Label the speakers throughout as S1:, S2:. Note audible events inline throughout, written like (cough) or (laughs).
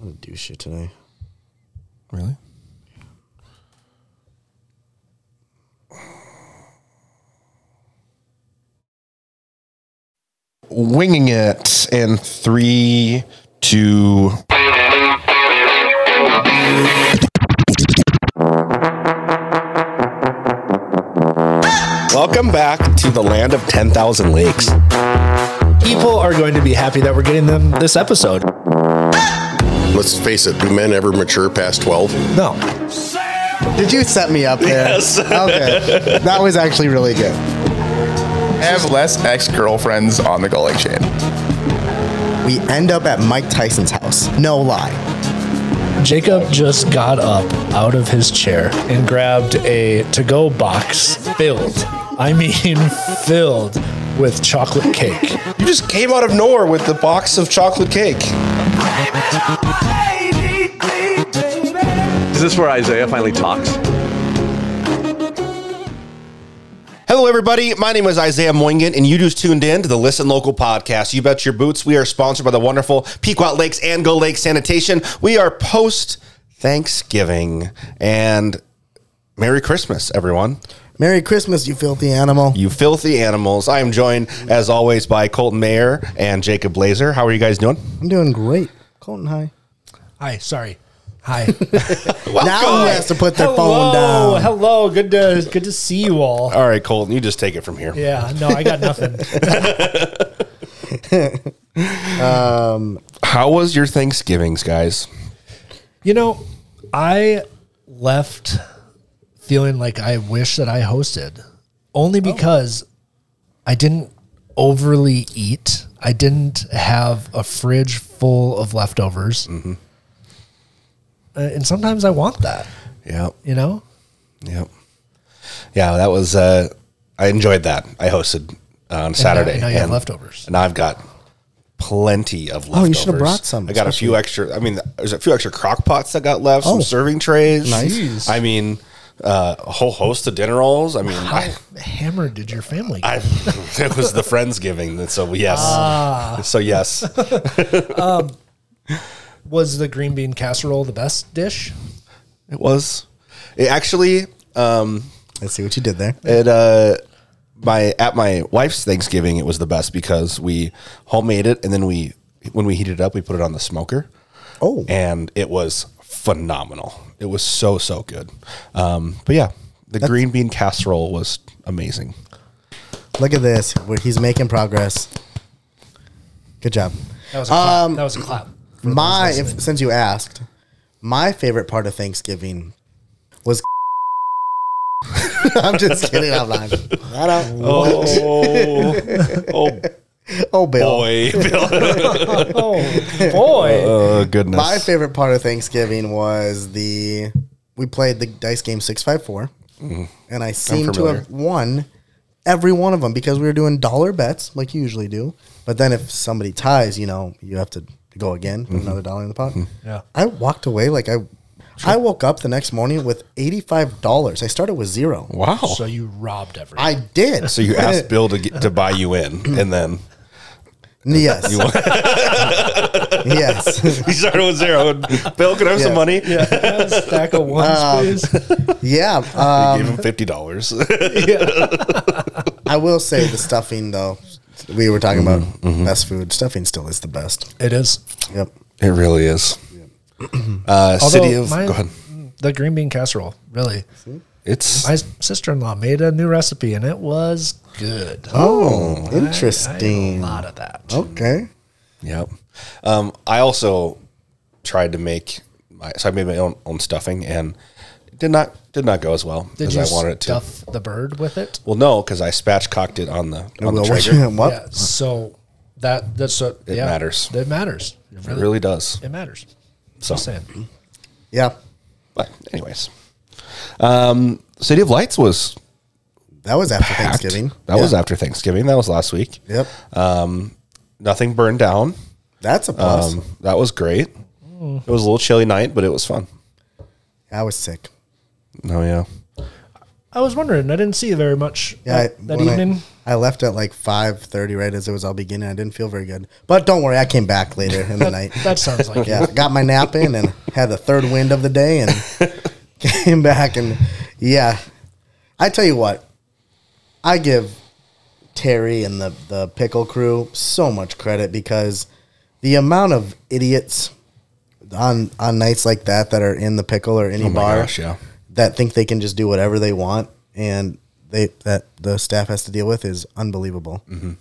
S1: didn't do shit today.
S2: Really? Winging it in three, two. Welcome back to the land of 10,000 lakes.
S1: People are going to be happy that we're getting them this episode.
S3: Let's face it, do men ever mature past 12?
S1: No.
S4: Did you set me up there? Yes. (laughs) okay. That was actually really good.
S5: Have less ex girlfriends on the Gull chain.
S4: We end up at Mike Tyson's house. No lie.
S6: Jacob just got up out of his chair and grabbed a to go box filled, I mean, (laughs) filled with chocolate cake.
S2: You just came out of nowhere with the box of chocolate cake.
S7: Is this where Isaiah finally talks?
S2: Hello, everybody. My name is Isaiah Moingen, and you just tuned in to the Listen Local podcast. You bet your boots. We are sponsored by the wonderful Pequot Lakes and Go Lake Sanitation. We are post Thanksgiving, and Merry Christmas, everyone.
S4: Merry Christmas, you filthy animal.
S2: You filthy animals. I am joined, as always, by Colton Mayer and Jacob Blazer. How are you guys doing?
S4: I'm doing great. Colton, hi.
S6: Hi, sorry. (laughs) Hi.
S4: Now he has to put their phone
S6: Hello,
S4: down.
S6: Hello, good to good to see you all.
S2: All right, Colton, you just take it from here.
S6: Yeah, no, I got nothing.
S2: How was your Thanksgivings, guys?
S6: You know, I left feeling like I wish that I hosted only because I didn't overly eat. I didn't have a fridge full of leftovers. Uh, and sometimes I want that,
S2: Yeah.
S6: you know?
S2: Yep. Yeah, that was. Uh, I enjoyed that. I hosted uh, on Saturday.
S6: and now you have leftovers.
S2: And I've got plenty of leftovers.
S4: Oh, you should've brought some,
S2: I got a few extra. I mean, there's a few extra crock pots that got left. Some
S4: Oh.
S2: serving trays.
S4: Nice.
S6: Jeez.
S2: I mean, uh, a whole host of dinner rolls. I mean, I,
S6: Hammered did your family.
S2: I, (laughs) it was the friendsgiving, and so yes, so yes.
S6: was the green bean casserole the best dish?
S2: It was. It actually, um,
S4: Let's see what you did there.
S2: it uh, my at my wife's Thanksgiving, it was the best because we homemade it, and then we when we heated it up, we put it on the smoker.
S4: Oh.
S2: and it was phenomenal. It was so so good. Um, but yeah, the green bean casserole was amazing.
S4: Look at this. Where he's making progress. Good job.
S6: That was a clap. that was a clap.
S4: My, (laughs) if, since you asked, my favorite part of Thanksgiving was. (laughs) I'm just kidding. I'm lying. I don't. (laughs)
S2: Oh, oh
S4: Oh, Bill.
S2: (laughs) boy,
S6: Oh boy.
S2: oh goodness.
S4: My favorite part of Thanksgiving was the we played the dice game six five four,
S2: Mm-hmm.
S4: and I seem to have won every one of them because we were doing dollar bets like you usually do. But then if somebody ties, you know, you have to go again,
S2: Mm-hmm.
S4: put another dollar in the pot.
S6: Yeah.
S4: I walked away like I. I woke up the next morning with eighty-five dollars. I started with zero.
S2: wow.
S6: So you robbed everything.
S4: I did.
S2: So you asked Bill to get, to buy you in, and then (laughs)
S4: Yes. (laughs) yes. (laughs)
S2: he started with zero. And Bill, could I have some
S4: Yeah.
S2: money?
S6: (laughs)
S2: Yeah.
S6: stack of ones, please.
S4: Yeah. Um,
S2: Gave him fifty dollars.
S4: I will say the stuffing though. We were talking about best food. Stuffing still is the best.
S6: It is.
S4: Yep.
S2: It really is. Uh,
S6: Although
S2: city of
S6: my-
S2: go ahead.
S6: The green bean casserole, really.
S2: It's
S6: My sister in law made a new recipe and it was good.
S4: Oh,
S6: A
S4: interesting. Oh,
S6: lot of that.
S4: Okay.
S2: yep. Um, I also tried to make my so I made my own own stuffing and it did not did not go as well
S6: Did
S2: as
S6: you
S2: I wanted it to.
S6: stuff the bird with it?
S2: Well, no, because I spatchcocked it on the on the
S4: Well, what- (laughs)
S2: trigger.
S4: what?
S6: Yeah. So that that's what
S2: It
S6: yeah,
S2: matters.
S6: It matters. It
S2: It
S6: really,
S2: really does.
S6: it matters.
S2: So,
S6: Just saying.
S4: Yeah.
S2: but anyways, um, city of lights was
S4: That was after
S2: packed.
S4: Thanksgiving.
S2: That was
S4: Yeah.
S2: after Thanksgiving. That was last week.
S4: Yep.
S2: Nothing burned down.
S4: That's a plus.
S2: Um, that was great. It was a little chilly night, but it was fun.
S4: I was sick.
S2: Oh yeah.
S6: I was wondering. I didn't see you very much
S4: Yeah, I-
S6: that, that
S4: when I-
S6: evening.
S4: I, left at like five thirty, right as it was all beginning. I didn't feel very good, but don't worry, I came back later in
S6: (laughs)
S4: the night.
S6: that sounds
S4: (laughs)
S6: like
S4: Yeah, got my nap in and had the third wind of the day and
S2: (laughs)
S4: came back and yeah, I tell you what, I give Terry and the the pickle crew so much credit because the amount of idiots on on nights like that that are in the pickle or any bar
S2: Oh gosh, yeah.
S4: that think they can just do whatever they want and they that the staff has to deal with is unbelievable. So yeah,
S2: Mm-hmm.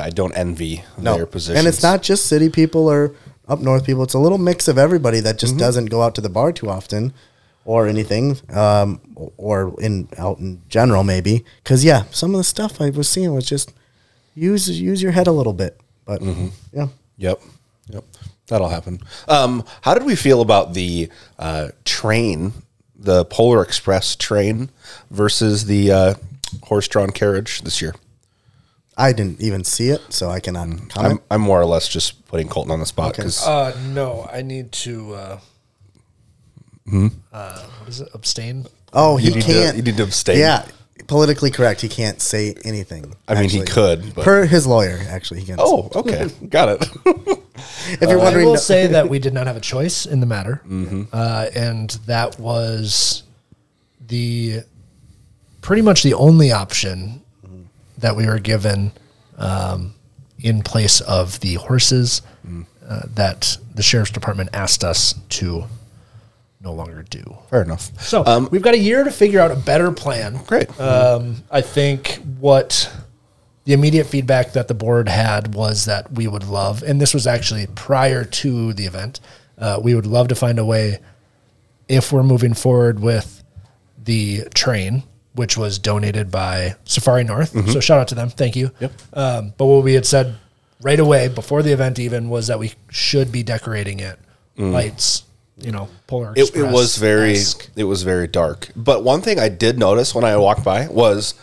S2: Yeah, I don't envy their position.
S4: and it's not just city people or up north people. It's a little mix of everybody that
S2: Mm-hmm.
S4: just doesn't go out to the bar too often or anything, um, or in out in general maybe. Because yeah, some of the stuff I was seeing was just use use your head a little bit. But
S2: Mm-hmm.
S4: yeah,
S2: Yep. Yep. That'll happen. Um, how did we feel about the uh, train, the Polar Express train versus the uh, horse drawn carriage this year?
S4: I didn't even see it, so I cannot comment.
S2: Mm. I'm, I'm more or less just putting Colton on the spot because
S6: Uh, no, I need to. Uh, uh, what is it? Abstain.
S4: oh, he
S2: you need to-
S4: can't.
S2: you need to abstain.
S4: Yeah. Politically correct, he can't say anything.
S2: I mean, he could, but-
S4: Per his lawyer, actually, he can.
S2: oh,
S4: (laughs)
S2: uh, okay, got it.
S4: if you're
S6: I
S4: wondering,
S6: will
S4: no- (laughs)
S6: say that we did not have a choice in the matter, uh, and that was the pretty much the only option that we were given um, in place of the horses uh, that the sheriff's department asked us to no longer do.
S2: Fair enough.
S6: So we've got a year to figure out a better plan.
S2: Great.
S6: Um, I think what the immediate feedback that the board had was that we would love, and this was actually prior to the event, uh, we would love to find a way if we're moving forward with the train, which was donated by Safari North. So shout out to them. Thank you. Yep. Um, but what we had said right away before the event even was that we should be decorating it lights, you know, Polar
S2: it, it was very
S6: Express-esque.
S2: it was very dark. But one thing I did notice when I walked by was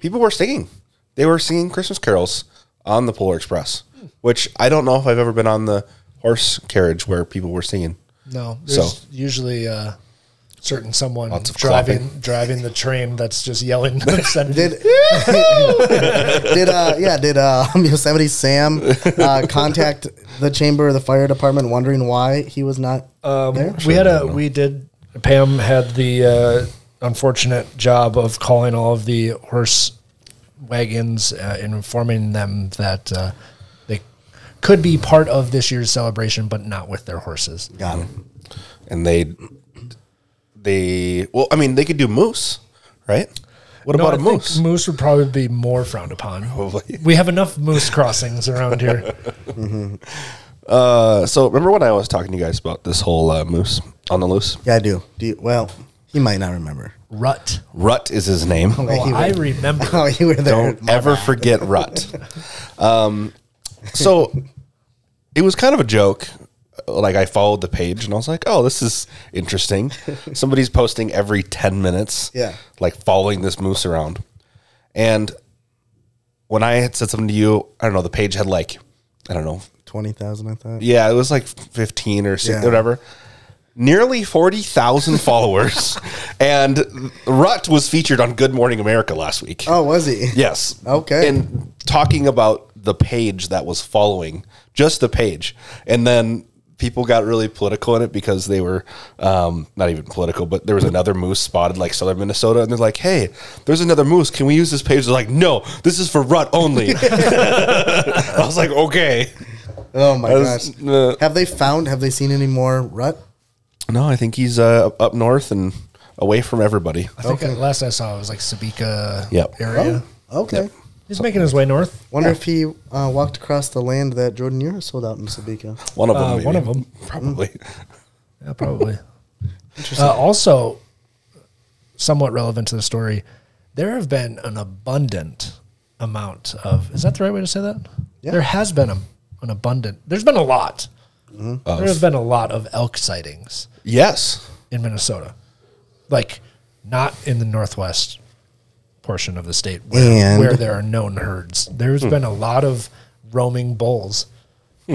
S2: people were singing. They were singing Christmas carols on the Polar Express, which I don't know if I've ever been on the horse carriage where people were singing.
S6: No,
S2: So-
S6: there's obviously usually uh, certain someone
S2: Lots of
S6: driving driving the train that's just
S2: (laughs)
S6: yelling.
S4: Did did uh yeah did uh (laughs) Yosemite Sam uh, contact the chamber or the fire department wondering why he was not
S2: Um,
S4: there?
S6: we had a we did Pam had the uh, unfortunate job of calling all of the horse wagons uh, and informing them that uh, they could be part of this year's celebration, but not with their horses.
S4: Got it.
S2: And they they well, I mean they could do moose, right? What
S6: No,
S2: about
S6: I
S2: a
S6: think
S2: moose?
S6: Moose would probably be more frowned upon.
S2: Probably.
S6: We have enough moose crossings around
S2: (laughs)
S6: here.
S2: Uh, so remember when I was talking to you guys about this whole uh, moose on the loose?
S4: Yeah, I do. Do you, well, he might not remember. (laughs)
S6: Rut.
S2: Rut is his name.
S4: Wait, he
S6: Oh, I
S4: would-
S2: (laughs)
S6: remember.
S4: oh, you were there.
S2: Don't ever forget rut.
S4: (laughs)
S2: Um, so it was kind of a joke. Like I followed the page and I was like, "Oh, this is
S4: (laughs)
S2: interesting." Somebody's posting every ten minutes.
S4: Yeah.
S2: like following this moose around. And when I had said something to you, I don't know. The page had like, I don't know.
S4: Twenty thousand, I thought.
S2: Yeah, it was like fifteen or six,
S4: Yeah.
S2: whatever. Nearly forty thousand
S4: (laughs)
S2: followers, and Rut was featured on Good Morning America last week.
S4: Oh, was he?
S2: Yes.
S4: Okay.
S2: And talking about the page that was following, just the page. And then people got really political in it because they were um, not even political, but there was another moose spotted like southern Minnesota. And they're like, hey, there's another moose. Can we use this page? They're like, no, this is for rut only. I was like, okay.
S4: Oh my
S2: was-
S4: gosh.
S2: uh,
S4: have they found? Have they seen any more rut?
S2: No, I think he's uh, up north and away from everybody.
S6: I think the last I saw it was like Sabika
S2: Yep.
S6: area.
S4: Okay.
S6: He's making his way north.
S4: Wonder if he uh, walked across the land that Jordan Ura sold out in Sabika.
S2: One of them.
S6: Uh,
S2: maybe.
S6: one of them.
S2: Probably.
S6: Yeah, probably. uh, also, somewhat relevant to the story, there have been an abundant amount of. Is that the right way to say that?
S4: Yeah.
S6: There has been a, an abundant. There's been a lot. There have been a lot of elk sightings
S2: Yes.
S6: in Minnesota, like not in the northwest portion of the state where,
S4: And-
S6: where there are known herds. There's
S2: Hmm.
S6: been a lot of
S2: (laughs)
S6: roaming bulls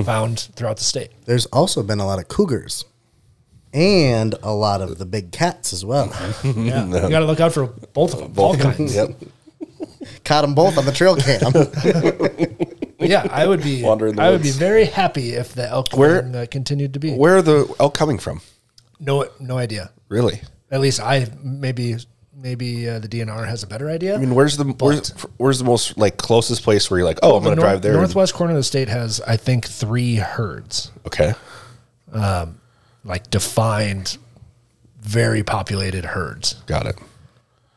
S6: found throughout the state.
S4: There's also been a lot of cougars. and a lot of the big cats as
S2: (laughs)
S4: well.
S6: Yeah. You got to look out for both of them, all kinds.
S2: Yep.
S4: Caught them both on the trail
S2: (laughs)
S4: cam.
S6: (laughs) Yeah, I would be.
S2: Wander in the
S6: I would be
S2: woods.
S6: very happy if the elk
S2: Where-
S6: clan, uh, continued to be.
S2: Where are the elk coming from?
S6: No, no idea.
S2: Really?
S6: At least I maybe maybe uh, the DNR has a better idea.
S2: I mean, where's the where's, where's the most like closest place where you're like, oh, I'm going to drive there? and-
S6: Northwest corner of the state has, I think, three herds,
S2: Okay.
S6: like defined, very populated herds.
S2: Got it.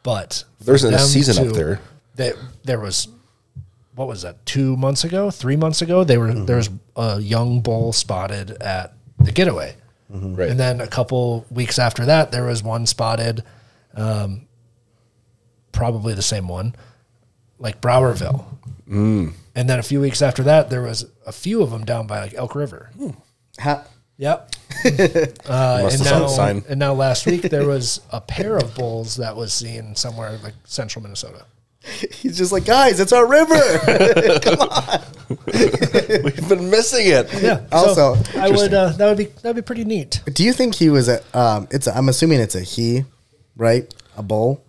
S6: But
S2: There's a
S6: them
S2: season up there.
S6: That there was, what was that? Two months ago, three months ago, they were there was a young bull spotted at the getaway,
S2: Right.
S6: and then a couple weeks after that, there was one spotted, um, probably the same one, like Browerville.
S2: Mm.
S6: And then a few weeks after that, there was a few of them down by like Elk River.
S4: Ha- (laughs)
S6: Yep. uh,
S2: Must
S6: and,
S2: have saw the
S6: now,
S2: sign.
S6: and now last week there was a pair of bulls that was seen somewhere like central Minnesota.
S4: He's just like, guys, it's our river.
S2: We've been missing it.
S6: Yeah.
S4: Also-
S6: I would uh, that would be that would be pretty neat.
S4: Do you think he was a? Um, it's. A, I'm assuming it's a he, right? A bull,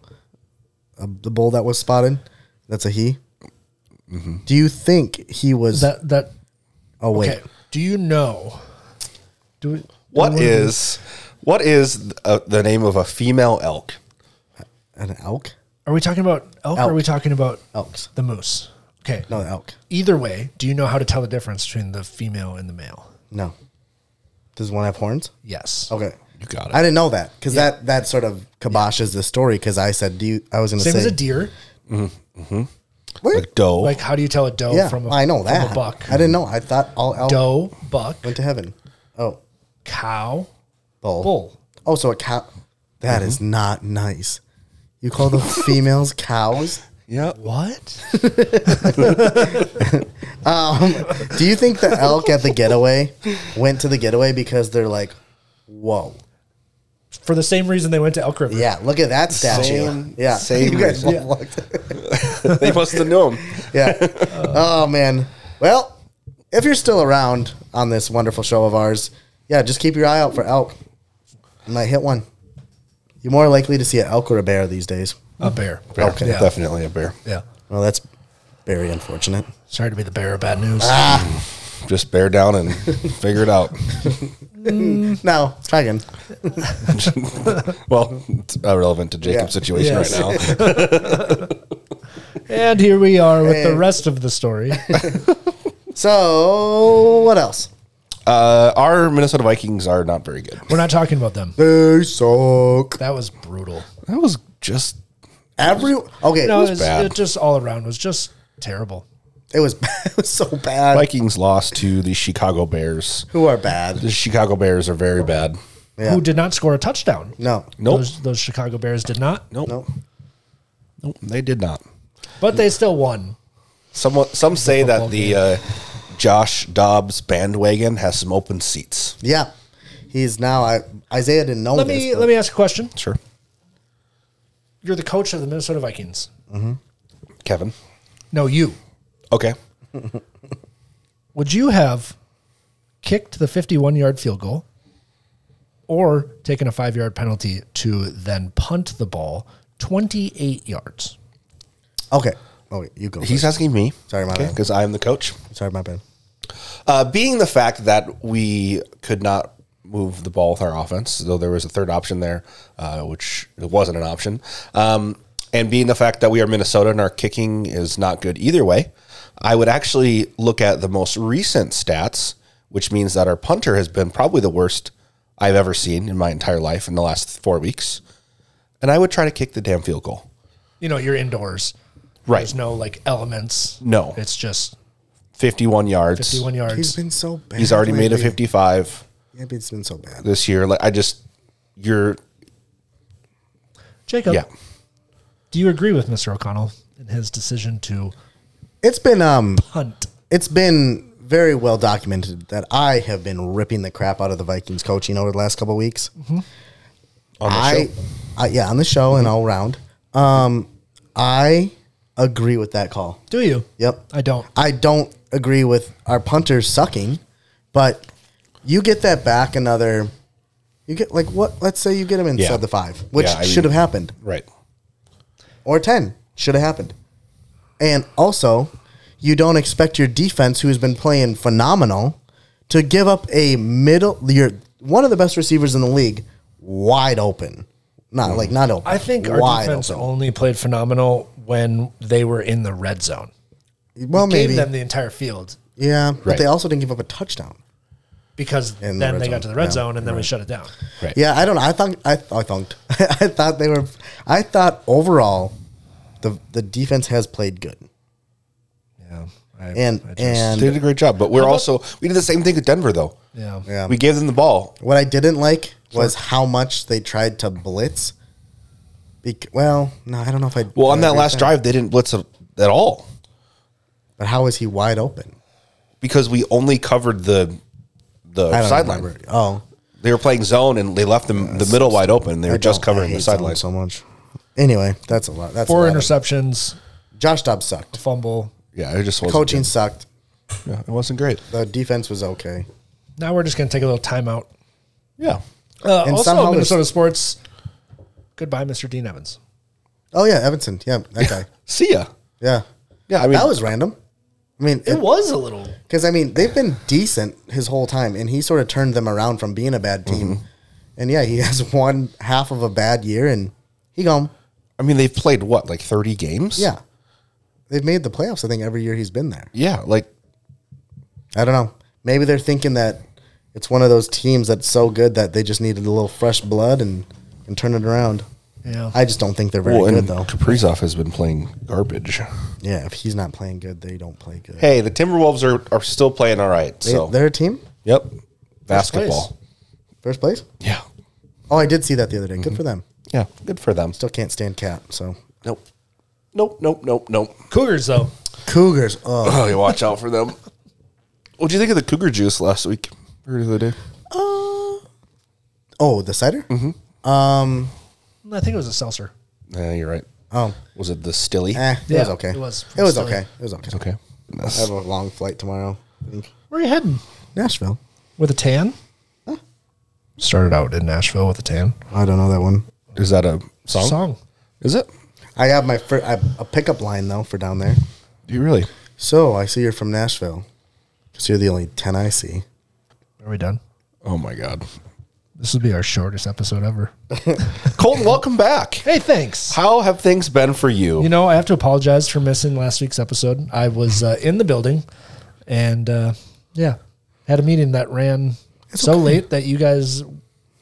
S4: a, the bull that was spotted. That's a he.
S2: Mm-hmm.
S4: Do you think he was?
S6: That that
S4: oh wait,
S6: okay. Do you know? Do we,
S2: What
S6: do we-
S2: is what is uh, the name of a female elk?
S4: an elk.
S6: Are we talking about elk, or are
S4: Elk.
S6: we talking about
S4: Elks.
S6: the moose? Okay.
S4: No elk.
S6: Either way, do you know how to tell the difference between the female and the male?
S4: No. Does one have horns?
S6: Yes.
S4: Okay.
S2: You got
S4: I didn't know that because that that sort of kiboshes the story. Because I said, do you? I was going to
S6: Same
S4: say
S6: as a deer.
S2: A doe.
S6: Like how do you tell a doe
S4: Yeah,
S6: from a
S4: I know that.
S6: from a buck?
S4: I didn't know. I thought all elk
S6: Doe, buck,
S4: went to heaven. Oh,
S6: cow,
S4: bull.
S6: bull.
S4: Oh, so a cow. That is not nice. You call the females cows?
S2: yeah.
S6: What?
S4: Do you think the elk at the getaway went to the getaway because they're like, whoa,
S6: For the same reason they went to Elk River.
S4: yeah, look at that statue.
S2: Same-
S4: yeah, (laughs)
S2: same
S4: you guys
S2: reason.
S4: both looked.
S2: (laughs) they must have known.
S4: Yeah. oh man. Well, if you're still around on this wonderful show of ours, yeah, just keep your eye out for elk. You might hit one. You're more likely to see an elk or a bear these days.
S6: A bear.
S2: Bear.
S6: Okay. Yeah.
S2: Definitely a bear.
S6: Yeah.
S4: Well, that's very unfortunate.
S6: Sorry to be the bearer of bad news.
S2: Just bear down and figure it out.
S4: No, try again.
S2: well, it's irrelevant to Jacob's
S4: Yeah.
S2: situation
S6: Yes.
S2: right now.
S6: And here we are with the
S4: Hey.
S6: rest of the story.
S4: So what else?
S2: Uh, our Minnesota Vikings are not very good.
S6: We're not talking about them.
S4: They suck.
S6: That was brutal.
S2: That was just
S4: Every okay,
S6: No, it was,
S2: bad.
S6: it just all around was just terrible.
S4: it was (laughs) it was so bad.
S2: Vikings lost to the Chicago Bears.
S4: Who are bad?
S2: The Chicago Bears are very bad.
S4: Yeah.
S6: Who did not score a touchdown?
S4: No,
S2: Nope.
S6: Those, those Chicago Bears did not,
S2: nope.
S4: no.
S2: Nope. They did not.
S6: but they still won.
S2: Some some say that the uh, Josh Dobbs bandwagon has some open seats.
S4: Yeah, he's now. I Isaiah didn't know.
S6: Let
S4: this,
S6: me
S4: but-
S6: let me ask a question.
S2: Sure,
S6: You're the coach of the Minnesota Vikings.
S2: Kevin.
S6: No, you.
S2: Okay.
S6: Would you have kicked the 51 yard field goal or taken a five yard penalty to then punt the ball 28 yards?
S4: Okay. Oh, wait, you go.
S2: He's asking me.
S4: Sorry, my bad.
S2: Because I am the coach.
S4: first. Sorry, my bad.
S2: Uh, being the fact that we could not move the ball with our offense, though there was a third option there, uh, which it wasn't an option, um, and being the fact that we are Minnesota and our kicking is not good either way, I would actually look at the most recent stats, which means that our punter has been probably the worst I've ever seen in my entire life in the last four weeks, and I would try to kick the damn field goal.
S6: You know, you're indoors.
S2: Right.
S6: There's no like elements.
S2: No.
S6: It's just
S2: 51 yards.
S6: 51 yards.
S4: He's been so bad.
S2: He's already made a
S4: lately.
S2: 55
S4: Yeah, he's been so bad.
S2: this year. Like I just, you're
S6: Jacob,
S2: Yeah.
S6: do you agree with Mr. O'Connell in his decision to
S4: It's been um,
S6: punt?
S4: it's been very well documented that I have been ripping the crap out of the Vikings coaching over the last couple weeks.
S2: Mm-hmm. on the
S4: I,
S2: show.
S4: I, yeah, on the show and all around. Um, I agree with that call.
S6: Do you?
S4: Yep.
S6: I don't.
S4: I don't agree with our punters sucking, but you get that back another You get like what? Let's say you get him inside
S2: Yeah.
S4: the five, which
S2: Yeah, I
S4: should
S2: mean-
S4: have happened,
S2: Right.
S4: or ten should have happened. And also, you don't expect your defense, who has been playing phenomenal, to give up a middle. Your one of the best receivers in the league, wide open. Not like not open.
S6: I think our
S4: wide
S6: defense
S4: open.
S6: only played phenomenal when they were in the red zone.
S4: well, maybe
S6: Gave them the entire field
S4: yeah, but
S2: Right.
S4: they also didn't give up a touchdown.
S6: because
S4: In the
S6: then
S4: red
S6: they
S4: zone,
S6: got to the red
S4: yeah,
S6: zone and then we shut it down.
S2: Right.
S4: Yeah, I don't know. I thought I, I thunked. (laughs) I thought they were. I thought overall, the the defense has played good.
S6: Yeah. I,
S4: And
S6: I just-
S4: and
S2: They did a great job, but we're also we did the same thing with Denver though.
S6: yeah.
S4: yeah.
S2: We gave them the ball.
S4: what I didn't like was how much they tried to blitz. Bec- well, no, I don't know if I.
S2: Well, on
S4: I
S2: that
S4: agree
S2: last
S4: with
S2: drive, they didn't blitz a- at all
S4: but how is he wide open?
S2: because we only covered the
S4: I
S2: the
S4: don't
S2: sideline.
S4: remember. Oh,
S2: They were playing zone and they left them the middle wide open. They
S4: I
S2: were just
S4: don't- Oh, I
S2: covering
S4: hate
S2: the sideline.
S4: zone so much. Anyway, that's a lot. That's
S6: Four
S4: a lot of-
S6: interceptions,
S4: Josh Dobbs sucked.
S6: fumble.
S2: Yeah, it just wasn't
S4: Coaching sucked.
S2: good. Yeah, it wasn't great.
S4: The defense was okay.
S6: Now we're just going to take a little timeout.
S2: Yeah,
S6: Uh,
S4: And somehow
S6: also,
S4: there's-
S6: Minnesota sports. Goodbye, Mr. Dean Evans.
S4: Oh yeah, Evanson. Yeah, that guy.
S2: see ya.
S4: Yeah,
S2: Yeah, I mean
S4: that was random. I mean, it,
S6: was a little.
S4: Because I mean, they've been decent his whole time, and he sort of turned them around from being a bad team.
S2: Mm-hmm.
S4: And yeah, he has (laughs) one half of a bad year, and he gone.
S2: I mean they've played what like thirty games.
S4: Yeah, they've made the playoffs. I think every year he's been there.
S2: yeah, like
S4: I don't know. Maybe they're thinking that it's one of those teams that's so good that they just needed a little fresh blood and and turn it around.
S6: Yeah.
S4: I just don't think they're very
S2: well,
S4: good
S2: and
S4: though.
S2: Kaprizov has been playing garbage.
S4: Yeah, if he's not playing good, they don't play good.
S2: Hey, the Timberwolves are are still playing all right.
S4: they,
S2: So
S4: They're a team
S2: yep, basketball.
S4: first place.
S2: Yeah,
S4: Oh, I did see that the other day.
S2: Mm-hmm.
S4: Good for them.
S2: yeah, good for them.
S4: Still can't stand Cap. So
S2: Nope. Nope, nope, nope, nope.
S6: Cougars, though.
S4: Cougars. Oh.
S2: (laughs) Oh, you watch out for them. What do you think of the cougar juice last week or the other day?
S4: Oh, the cider? Mm-hmm.
S6: I think it was a seltzer.
S2: Yeah, you're right.
S4: Oh,
S2: Was it the Stilly?
S4: eh, it
S6: Yeah,
S4: was okay.
S6: it was.
S4: It was
S6: Still-
S4: okay. It was okay.
S2: Okay.
S4: I have a long flight tomorrow. I think.
S6: Where are you heading?
S4: Nashville.
S6: With a tan? Started out in Nashville with a tan.
S4: I don't know that one.
S2: Is that a song?
S6: Song.
S2: Is it?
S4: I have my fir- I have a pickup line though for down there.
S2: Do you really?
S4: So I see you're from Nashville. Because you're the only ten I see.
S6: Are we done?
S2: Oh my God.
S6: This will be our shortest episode ever.
S2: Colton, welcome back.
S6: Hey, thanks.
S2: How have things been for you?
S6: You know, I have to apologize for missing last week's episode. I was uh, in the building and uh, yeah, had a meeting that ran so late that you guys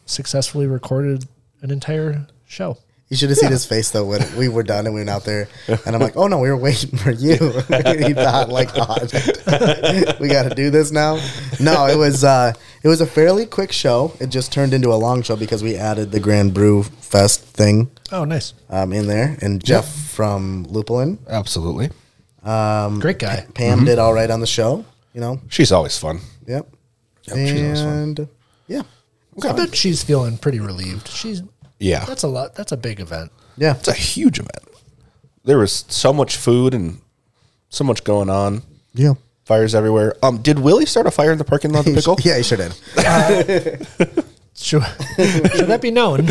S6: successfully recorded an entire show.
S4: You should have seen his face though when we were done and we went out (laughs) there, and I'm like, "Oh no, we were waiting for you." (laughs) he thought like, "Oh, (laughs) "We got to do this now." No, it was uh, it was a fairly quick show. It just turned into a long show because we added the Grand Brew Fest thing
S6: Oh, nice.
S4: um, in there, and Jeff from Lupulin.
S2: Absolutely.
S6: Great guy.
S4: Pam
S2: Mm-hmm.
S4: did all right on the show, you know.
S2: She's always fun.
S4: Yep.
S2: she's always fun.
S4: and yeah,
S6: I bet she's feeling pretty relieved. She's
S2: Yeah.
S6: That's a lot. That's a big event.
S4: yeah.
S2: It's a huge event. There was so much food and so much going on.
S4: Yeah.
S2: Fires everywhere. Um, did Willie start a fire in the parking lot (laughs) of the pickle?
S4: Yeah, he sure did.
S6: Should, (laughs) should that be known?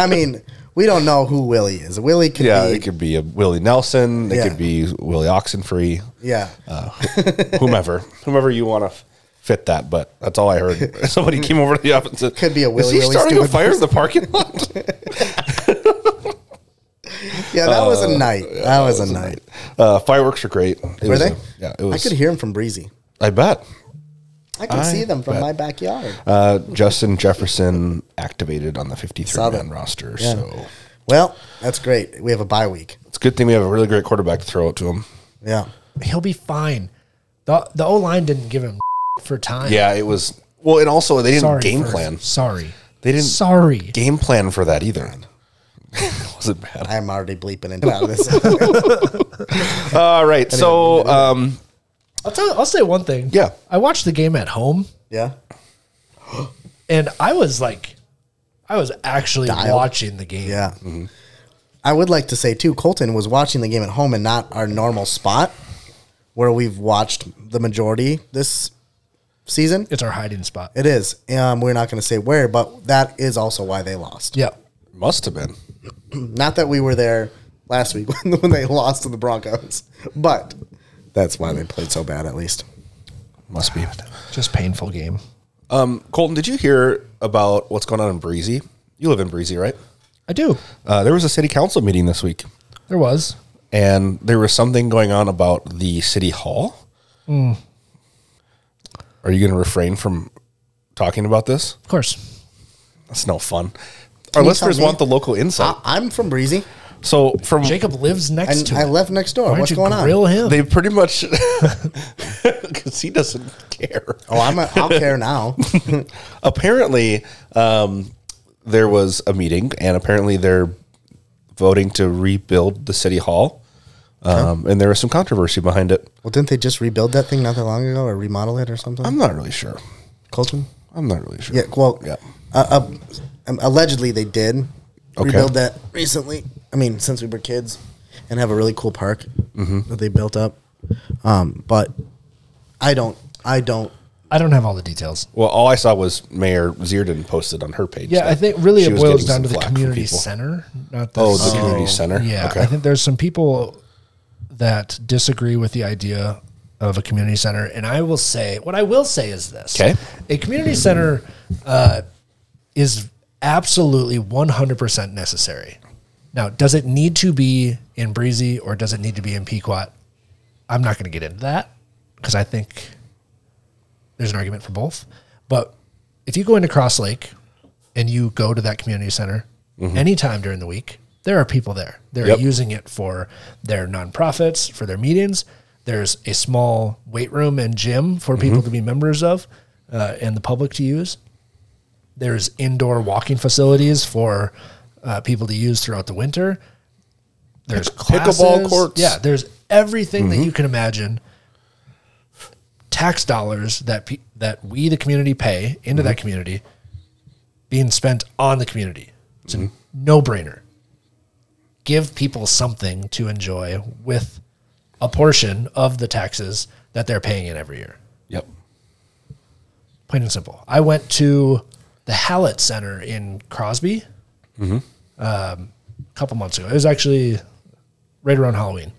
S4: I mean, we don't know who Willie is. Willie could
S2: Yeah,
S4: be.
S2: it could be a Willie Nelson. It
S4: Yeah.
S2: could be Willie Oxenfree.
S4: yeah.
S2: uh,
S4: (laughs)
S2: Whomever, whomever you want to fit that. But that's all I heard.
S4: (laughs)
S2: Somebody came over to the office. and said,
S4: Could be a
S2: Is
S4: Willie,
S2: he
S4: Willie
S2: starting a
S4: stupid
S2: fire in the
S4: (laughs)
S2: parking lot?
S4: yeah, that was a night. That was a night.
S2: Uh, fireworks are great. It
S4: Were
S2: was
S4: they?
S2: a- yeah, it was.
S4: I could hear him from Breezy.
S2: I bet.
S4: I could
S2: I
S4: see them from
S2: bet.
S4: my backyard.
S2: Uh, Justin Jefferson activated on the 53
S4: Saw
S2: man
S4: that.
S2: roster.
S4: Yeah.
S2: So
S4: Well, that's great. We have a bye week.
S2: it's a good thing we have a really great quarterback to throw it to him.
S4: Yeah.
S6: He'll be fine. The the O line didn't give him (laughs) for time.
S2: Yeah, it was. Well, and also they didn't
S6: Sorry.
S2: game
S6: for-
S2: plan.
S6: Sorry.
S2: They didn't
S6: Sorry.
S2: game plan for that either. (laughs) it wasn't bad.
S4: I'm already bleeping into out of
S2: (laughs)
S4: this.
S2: All right. So, um,
S6: I'll tell. I'll say one thing.
S2: Yeah.
S6: I watched the game at home,
S4: yeah.
S6: and I was like, I was actually
S4: Dialed.
S6: watching the game.
S4: Yeah. I would like to say too, Colton was watching the game at home and not our normal spot where we've watched the majority this season.
S6: It's our hiding spot.
S4: It is. Um, we're not going to say where, but that is also why they lost.
S6: yeah.
S2: Must have been.
S4: Not that we were there last week (laughs) when, when they lost to the Broncos, but that's why they played so bad, at least.
S2: Must be.
S6: Just painful game.
S2: Colton, did you hear about what's going on in Breezy? You live in Breezy, right?
S6: I do.
S2: Uh, there was a city council meeting this week,
S6: There was.
S2: and there was something going on about the city hall.
S4: Hmm.
S2: Are you going to refrain from talking about this?
S6: Of course.
S2: That's no fun. Our
S4: you
S2: listeners
S4: tell me? Ah.
S2: want the local insight.
S4: I, I'm from Breezy,
S2: so from
S6: Jacob lives next
S4: and
S6: to
S4: I
S6: him.
S4: left next door.
S6: Why
S4: What's
S6: don't you
S4: going on?
S6: grill him?
S2: they
S4: (laughs)
S2: pretty much (laughs) because he doesn't care.
S4: Oh, I'm a, I'll care
S6: (laughs)
S4: now.
S2: apparently um, there was a meeting and apparently they're voting to rebuild the city hall um, and there was some controversy behind it
S4: well, didn't they just rebuild that thing not that long ago, or remodel it, or something?
S2: i'm not really sure
S4: Colton.
S2: i'm not really sure
S4: Yeah. Well.
S2: yeah
S4: Uh, uh, um, allegedly, they did
S2: Okay.
S4: rebuild that recently. I mean, since we were kids, and have a really cool park
S2: Mm-hmm.
S4: that they built up. Um, but I don't. I don't.
S6: I don't have all the details.
S2: well all i saw was mayor zierden posted on her page
S6: Yeah,
S2: that
S6: I think really
S2: she
S6: it
S2: was
S6: boils
S2: getting
S6: down
S2: some
S6: to the
S2: flack from
S6: community
S2: people.
S6: center, not the
S2: oh the
S6: city.
S2: community center
S6: Yeah,
S2: okay
S6: I think there's some people that disagree with the idea of a community center, and I will say what I will say is this:
S2: Okay.
S6: a community center uh, is absolutely 100 percent necessary. Now, does it need to be in Breezy or does it need to be in Pequot? I'm not going to get into that because I think there's an argument for both. But if you go into Cross Lake and you go to that community center anytime during the week, there are people there. They're
S2: Yep.
S6: using it for their nonprofits, for their meetings. There's a small weight room and gym for people to be members of uh, and the public to use. There's indoor walking facilities for uh, people to use throughout the winter. There's
S2: Pickleball
S6: classes.
S2: courts. Mm-hmm.
S6: Yeah, there's everything that you can imagine tax dollars that pe- that we the community pay into
S2: Mm-hmm.
S6: that community being spent on the community. It's a
S2: Mm-hmm.
S6: no-brainer. Give people something to enjoy with a portion of the taxes that they're paying in every year.
S2: yep
S6: Plain and simple. I went to the Hallett Center in Crosby um, a couple months ago. It was actually right around Halloween.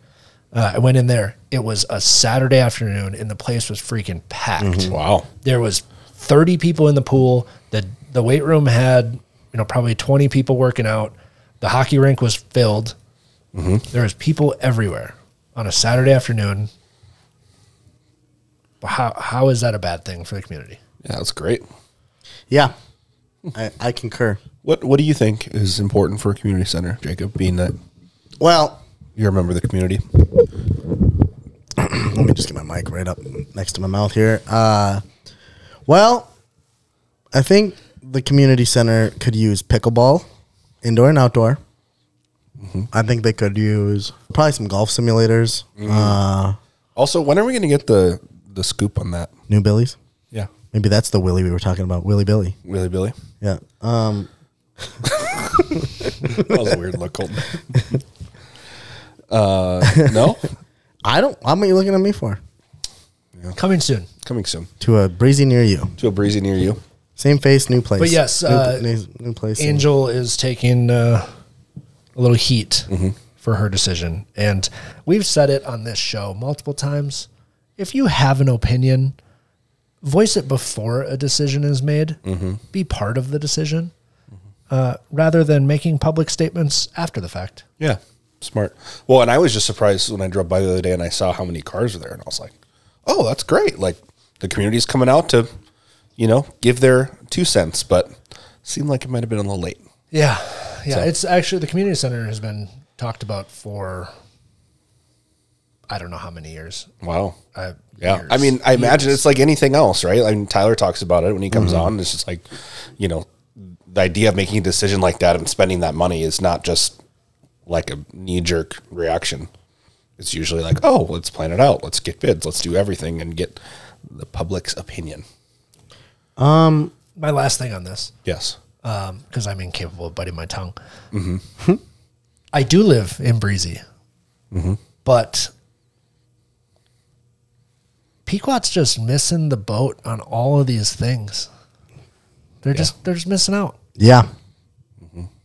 S6: Uh, I went in there. It was a Saturday afternoon, and the place was freaking packed
S2: Mm-hmm. wow
S6: there was 30 people in the pool the the weight room had you know probably 20 people working out the hockey rink was filled there was people everywhere on a saturday afternoon But how, how is that a bad thing for the community
S2: yeah that's great
S4: Yeah. I, I concur.
S2: what what do you think is important for a community center jacob being that
S4: Well, (clears throat)
S2: you're a member of the community
S4: let me just get my mic right up next to my mouth here. Uh, well, I think the community center could use pickleball, indoor and outdoor.
S2: Mm-hmm.
S4: I think they could use probably some golf simulators, uh,
S2: also when are we going to get the the scoop on that
S4: new billies.
S2: yeah
S4: Maybe that's the Willy we were talking about, Willy Billy.
S2: willie billy
S4: Yeah. Um,
S2: That was a weird look, Colton. uh, no,
S4: I don't. What are you looking at me for?
S6: coming soon
S2: coming soon
S4: To a breezy near you,
S2: to a breezy near you.
S4: same face, new place.
S6: But yes,
S4: new,
S6: uh,
S4: new, new place.
S6: Angel is taking uh, a little heat
S2: Mm-hmm.
S6: for her decision. And we've said it on this show multiple times. If you have an opinion, voice it before a decision is made,
S2: Mm-hmm.
S6: be part of the decision uh, rather than making public statements after the fact.
S2: Yeah, smart. Well, and I was just surprised when I drove by the other day and I saw how many cars were there, and I was like, "Oh, that's great!" Like the community's coming out to, you know, give their two cents, but seemed like it might have been a little late.
S6: Yeah. Yeah.
S2: So-
S6: It's actually the community center has been talked about for I don't know how many years.
S2: Wow.
S6: Uh,
S2: yeah,
S6: years. Mm-hmm.
S2: I mean, I imagine it's like anything else, right? I mean, Tyler talks about it when he comes on. It's just like, you know, the idea of making a decision like that and spending that money is not just like a knee jerk reaction. It's usually like, oh, let's plan it out, let's get bids, let's do everything, and get the public's opinion.
S6: my last thing on this.
S2: Yes.
S6: because um, I'm incapable of biting my tongue. I do live in Breezy, but Pequot's just missing the boat on all of these things. They're just they're just missing out,
S4: Yeah.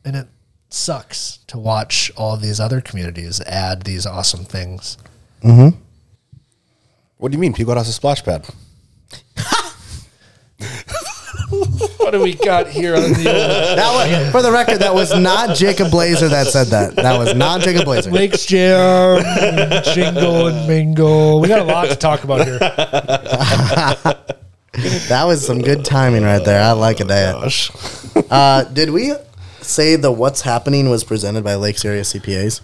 S6: and it sucks to watch all these other communities add these awesome things.
S2: What do you mean? Pequot has a splash pad.
S6: What do we got here on the
S4: That was, for the record, that was not Jacob Blazer that said that. That was not Jacob Blazer.
S6: Lakes Jam, Jingle and Mingle? We got a lot to talk about here.
S4: That was some good timing right there. I like it. That. Uh, did we say the what's happening was presented by Lakes Area CPAs?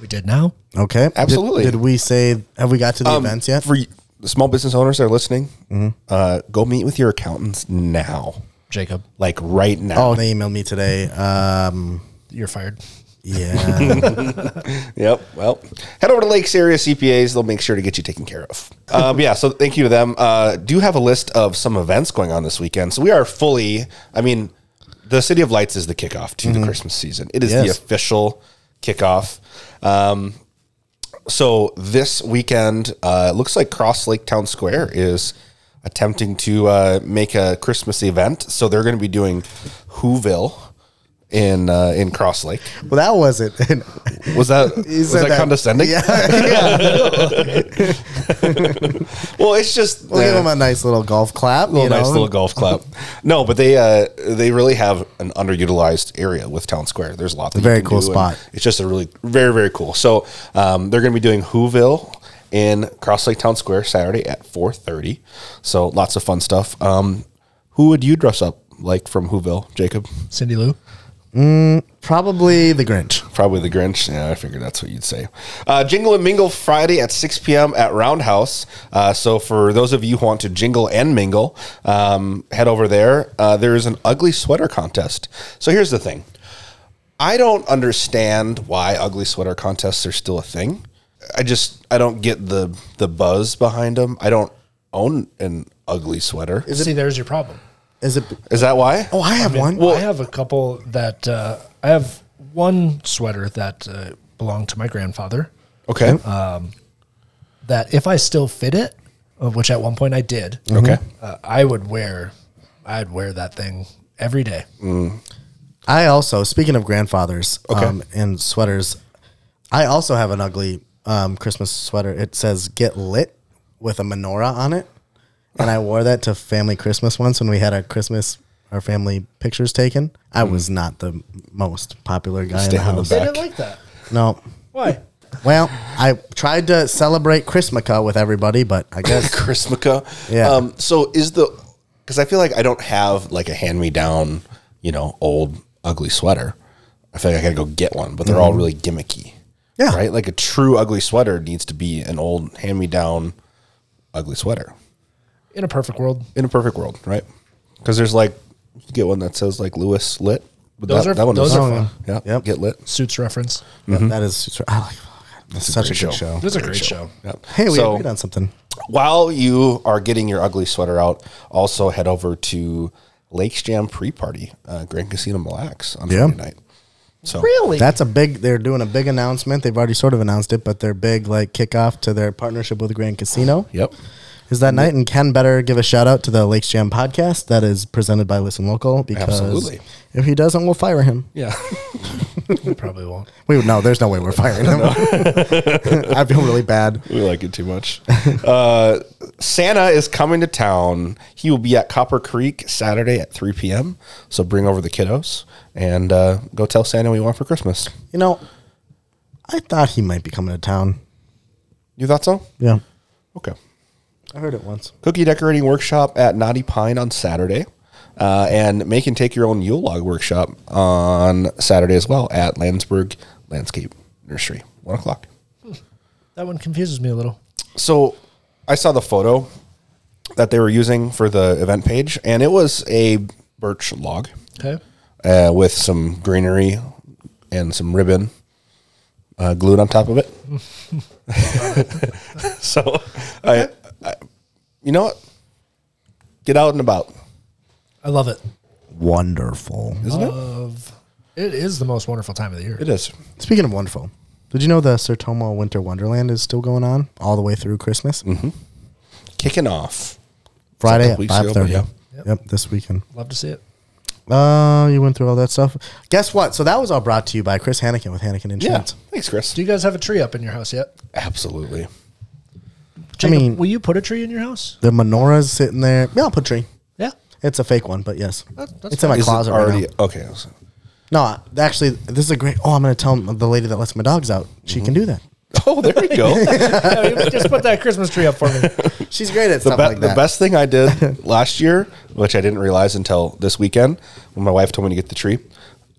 S6: We did now.
S4: Okay, Did-
S2: Absolutely. Um,
S4: Did, we say? Have we got to the events yet?
S2: For y- the small business owners that are listening,
S6: Mm-hmm.
S2: uh, go meet with your accountants now,
S6: Jacob,
S2: like right now.
S4: oh, they emailed me today. Um,
S6: you're fired.
S4: yeah,
S2: Yep. Well, head over to Lakes Area CPAs. They'll make sure to get you taken care of. Um, yeah. So thank you to them. Uh, do have a list of some events going on this weekend. So we are fully. I mean, the City of Lights is the kickoff to the Christmas season. It is the
S4: Yes.
S2: official kickoff. Um, so this weekend, uh, it looks like Cross Lake Town Square is attempting to uh, make a Christmas event. So they're going to be doing Whoville in uh, in Cross Lake.
S4: well, that wasn't. (laughs)
S2: Was that was that, condescending?
S4: Yeah,
S2: (laughs)
S4: yeah.
S2: Well, it's just
S4: We'll give
S2: uh,
S4: him a nice little golf clap.
S2: little
S4: you
S2: nice
S4: know?
S2: little golf club. no, but they uh, they really have an underutilized area with Town Square. There's a lot. That you
S4: Very
S2: can
S4: cool
S2: do, and
S4: spot.
S2: It's just a really very very cool. So um, they're going to be doing Whoville in Cross Lake Town Square Saturday at 4:30. So lots of fun stuff. Um, who would you dress up like from Whoville, Jacob?
S6: Cindy Lou.
S4: Probably the Grinch.
S2: Probably the Grinch. Yeah, I figured that's what you'd say. Uh, jingle and Mingle Friday at 6 p.m. at Roundhouse. Uh, so, for those of you who want to jingle and mingle, um, head over there. Uh, there is an ugly sweater contest. So, here's the thing I don't understand why ugly sweater contests are still a thing. I just I don't get the the buzz behind them. I don't own an ugly sweater. Is,
S6: See, there's your problem.
S4: Is it?
S2: that why?
S4: Oh, I have one.
S6: I have a couple that uh, I have one sweater that uh, belonged to my grandfather.
S2: Okay.
S6: That if I still fit it, of which at one point I did,
S2: okay.
S6: uh, I would wear. I'd wear that thing every day.
S4: I also, speaking of grandfathers
S2: Okay.
S4: um, and sweaters, I also have an ugly um, Christmas sweater. It says "Get Lit" with a menorah on it, and I wore that to family Christmas once when we had our Christmas our family pictures taken. I was not the most popular guy in the
S2: Hmm. Stand in the
S4: house.
S2: back.
S6: I didn't like that.
S4: No.
S6: Why?
S4: Well, I tried to celebrate Chrismica with everybody, but I
S2: (laughs)
S4: guess
S2: Chrismica.
S4: Yeah.
S2: Um, so is the because I feel like I don't have like a hand me down, you know, old ugly sweater. I feel like I gotta go get one, but they're all really gimmicky.
S4: Mm-hmm. Yeah.
S2: Right? Like a true ugly sweater needs to be an old hand me down ugly sweater
S6: In a perfect world,
S2: in a perfect world, right? Because there's like you get one that says like Lewis lit. But
S6: Those
S2: that,
S6: are-
S2: that one
S6: those
S2: is
S6: are fun.
S2: Yeah.
S4: Yep.
S2: Get lit.
S6: suits reference.
S4: that is I like, that's such a,
S2: great
S4: good
S2: show.
S4: show.
S6: It was a great show.
S2: Yep.
S4: Hey, we
S2: So-
S4: agreed on something.
S2: while you are getting your ugly sweater out, also head over to Lakes Jam Pre Party, uh, Grand Casino Mille Lacs on
S4: Yeah.
S2: Friday night. So
S6: Really?
S4: That's a big. They're doing a big announcement. They've already sort of announced it, but their big like kickoff to their partnership with Grand Casino
S2: Yep.
S4: is that night. And Ken better give a shout out to the Lakes Jam podcast that is presented by Listen Local because
S2: Absolutely.
S4: if he doesn't, we'll fire him.
S2: Yeah.
S6: (laughs) We probably won't.
S4: We no, there's no way we're firing him. (laughs) I feel really bad.
S2: we like it too much. (laughs) Uh, Santa is coming to town. He will be at Copper Creek Saturday at 3 p.m. So bring over the kiddos and uh, go tell Santa what you want for Christmas.
S4: You know, I thought he might be coming to town.
S2: You thought so?
S4: Yeah,
S2: Okay.
S4: I heard it once.
S2: Cookie decorating workshop at Naughty Pine on Saturday, uh, and make and take your own Yule log workshop on Saturday as well at Landsberg Landscape Nursery, one o'clock.
S6: That one confuses me a little.
S2: So I saw the photo that they were using for the event page, and it was a birch log
S6: Okay.
S2: uh, with some greenery and some ribbon uh, glued on top of it. (laughs) so, I, I, you know what? Get out and about.
S6: I love it.
S4: Wonderful.
S2: Isn't it?
S6: Of it is the most wonderful time of the year.
S2: Uh, It is.
S4: Speaking of wonderful,
S2: Mm-hmm.
S4: did you know the Sertomo Winter Wonderland is still going on all the way through Christmas?
S2: kicking off.
S4: Friday
S2: couple
S4: at
S2: weeks ago,
S4: five
S2: but
S4: thirty.
S2: yeah.
S4: Yep. this weekend.
S6: Love to see it.
S4: Uh, you went through all that stuff. Guess what? So that was all brought to you by Chris Hannikin with Hannikin
S2: Yeah.
S4: Insurance.
S2: Thanks, Chris.
S6: Do you guys have a tree up in your house yet?
S2: Absolutely.
S6: Jacob,
S4: mean-
S6: will you put a tree in your house?
S4: The menorah's sitting there. Yeah, I'll put a tree.
S6: Yeah.
S4: It's a fake one, but yes,
S6: that's
S4: it's in my
S2: Is it
S4: closet
S2: already
S4: right now.
S2: okay? (laughs)
S4: No, I- actually, this is a great. Oh, I'm going to tell the lady that lets my dogs out. She
S2: Mm-hmm.
S4: can do that.
S2: Oh, there you
S4: (laughs)
S2: go.
S6: Yeah, you just put that Christmas tree up for me.
S4: She's great at
S2: the,
S4: stuff
S2: be-
S4: like that.
S2: the best thing
S4: (laughs)
S2: I did last year, which I didn't realize until this weekend when my wife told me to get the tree,